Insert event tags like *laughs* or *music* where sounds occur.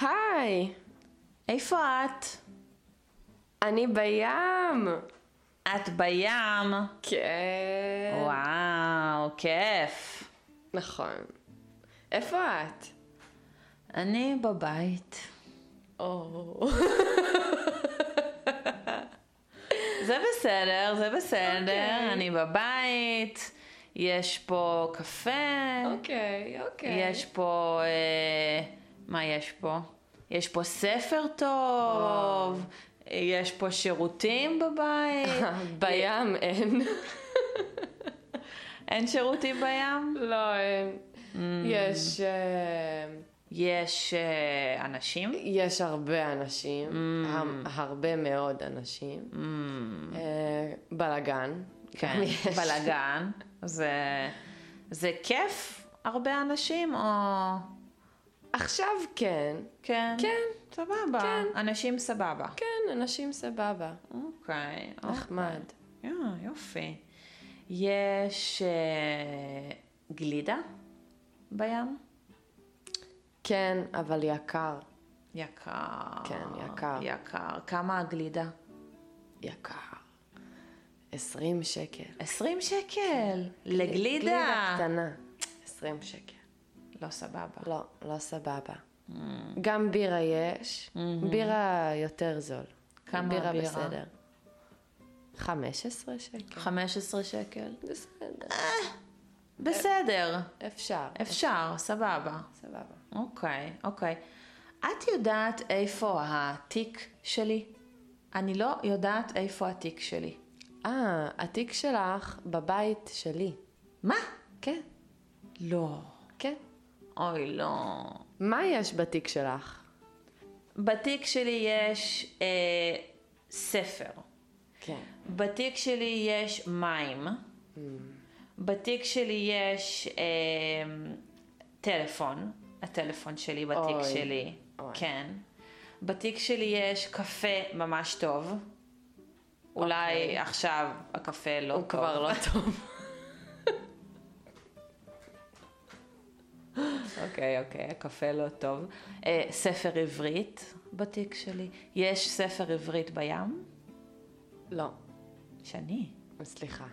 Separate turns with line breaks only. היי, איפה את? אני בים.
את בים.
כן.
וואו, כיף.
נכון. איפה את?
אני בבית.
או.
זה בסדר, זה
אוקיי.
בסדר. אני בבית, יש פה קפה,
אוקיי, אוקיי.
אה. יש פה... אה, מה יש פה? יש פה ספר טוב, יש פה שירותים בבית.
*laughs*
*laughs*
בים אין.
אין שירותים בים?
לא, אין.
Mm.
יש... אה,
יש אה, אנשים?
יש הרבה אנשים,
Mm.
המ- הרבה מאוד אנשים. אה, בלאגן.
כן,
גם יש.
בלאגן. זה, זה כיף הרבה אנשים, או...
עכשיו כן.
כן.
כן,
סבבה.
כן.
אנשים סבבה.
כן, אנשים סבבה.
אוקיי.
נחמד.
אה, יופי. יש אה, גלידה בים?
כן, אבל יקר.
יקר.
כן, יקר.
יקר. כמה הגלידה?
יקר. 20 שקל.
20 שקל. לגלידה.
כן. גלידה קטנה. 20 שקל.
לא סבבה.
לא, לא סבבה.
Mm.
גם בירה יש, בירה יותר זול.
Mm-hmm. כמה הבירה?
בסדר. 15 שקל.
15 שקל.
בסדר.
בסדר.
אפשר.
אפשר, סבבה.
סבבה.
אוקיי, אוקיי. את יודעת איפה התיק שלי? אני לא יודעת איפה התיק שלי.
אה, התיק שלך בבית שלי.
מה?
כן,
לא.
כן.
אוי, לא.
מה יש בתיק שלך?
בתיק שלי יש אה, ספר.
כן.
בתיק שלי יש מים.
Mm.
בתיק שלי יש אה, טלפון. הטלפון שלי בתיק
אוי,
שלי.
אוי.
כן. בתיק שלי יש קפה ממש טוב. אולי עכשיו הקפה לא
אוקיי. הוא
טוב.
כבר לא
*laughs*
טוב.
אוקיי, אוקיי, הקפה לא טוב. אה, ספר עברית בתיק שלי. יש ספר עברית בים?
לא.
שני.
סליחה.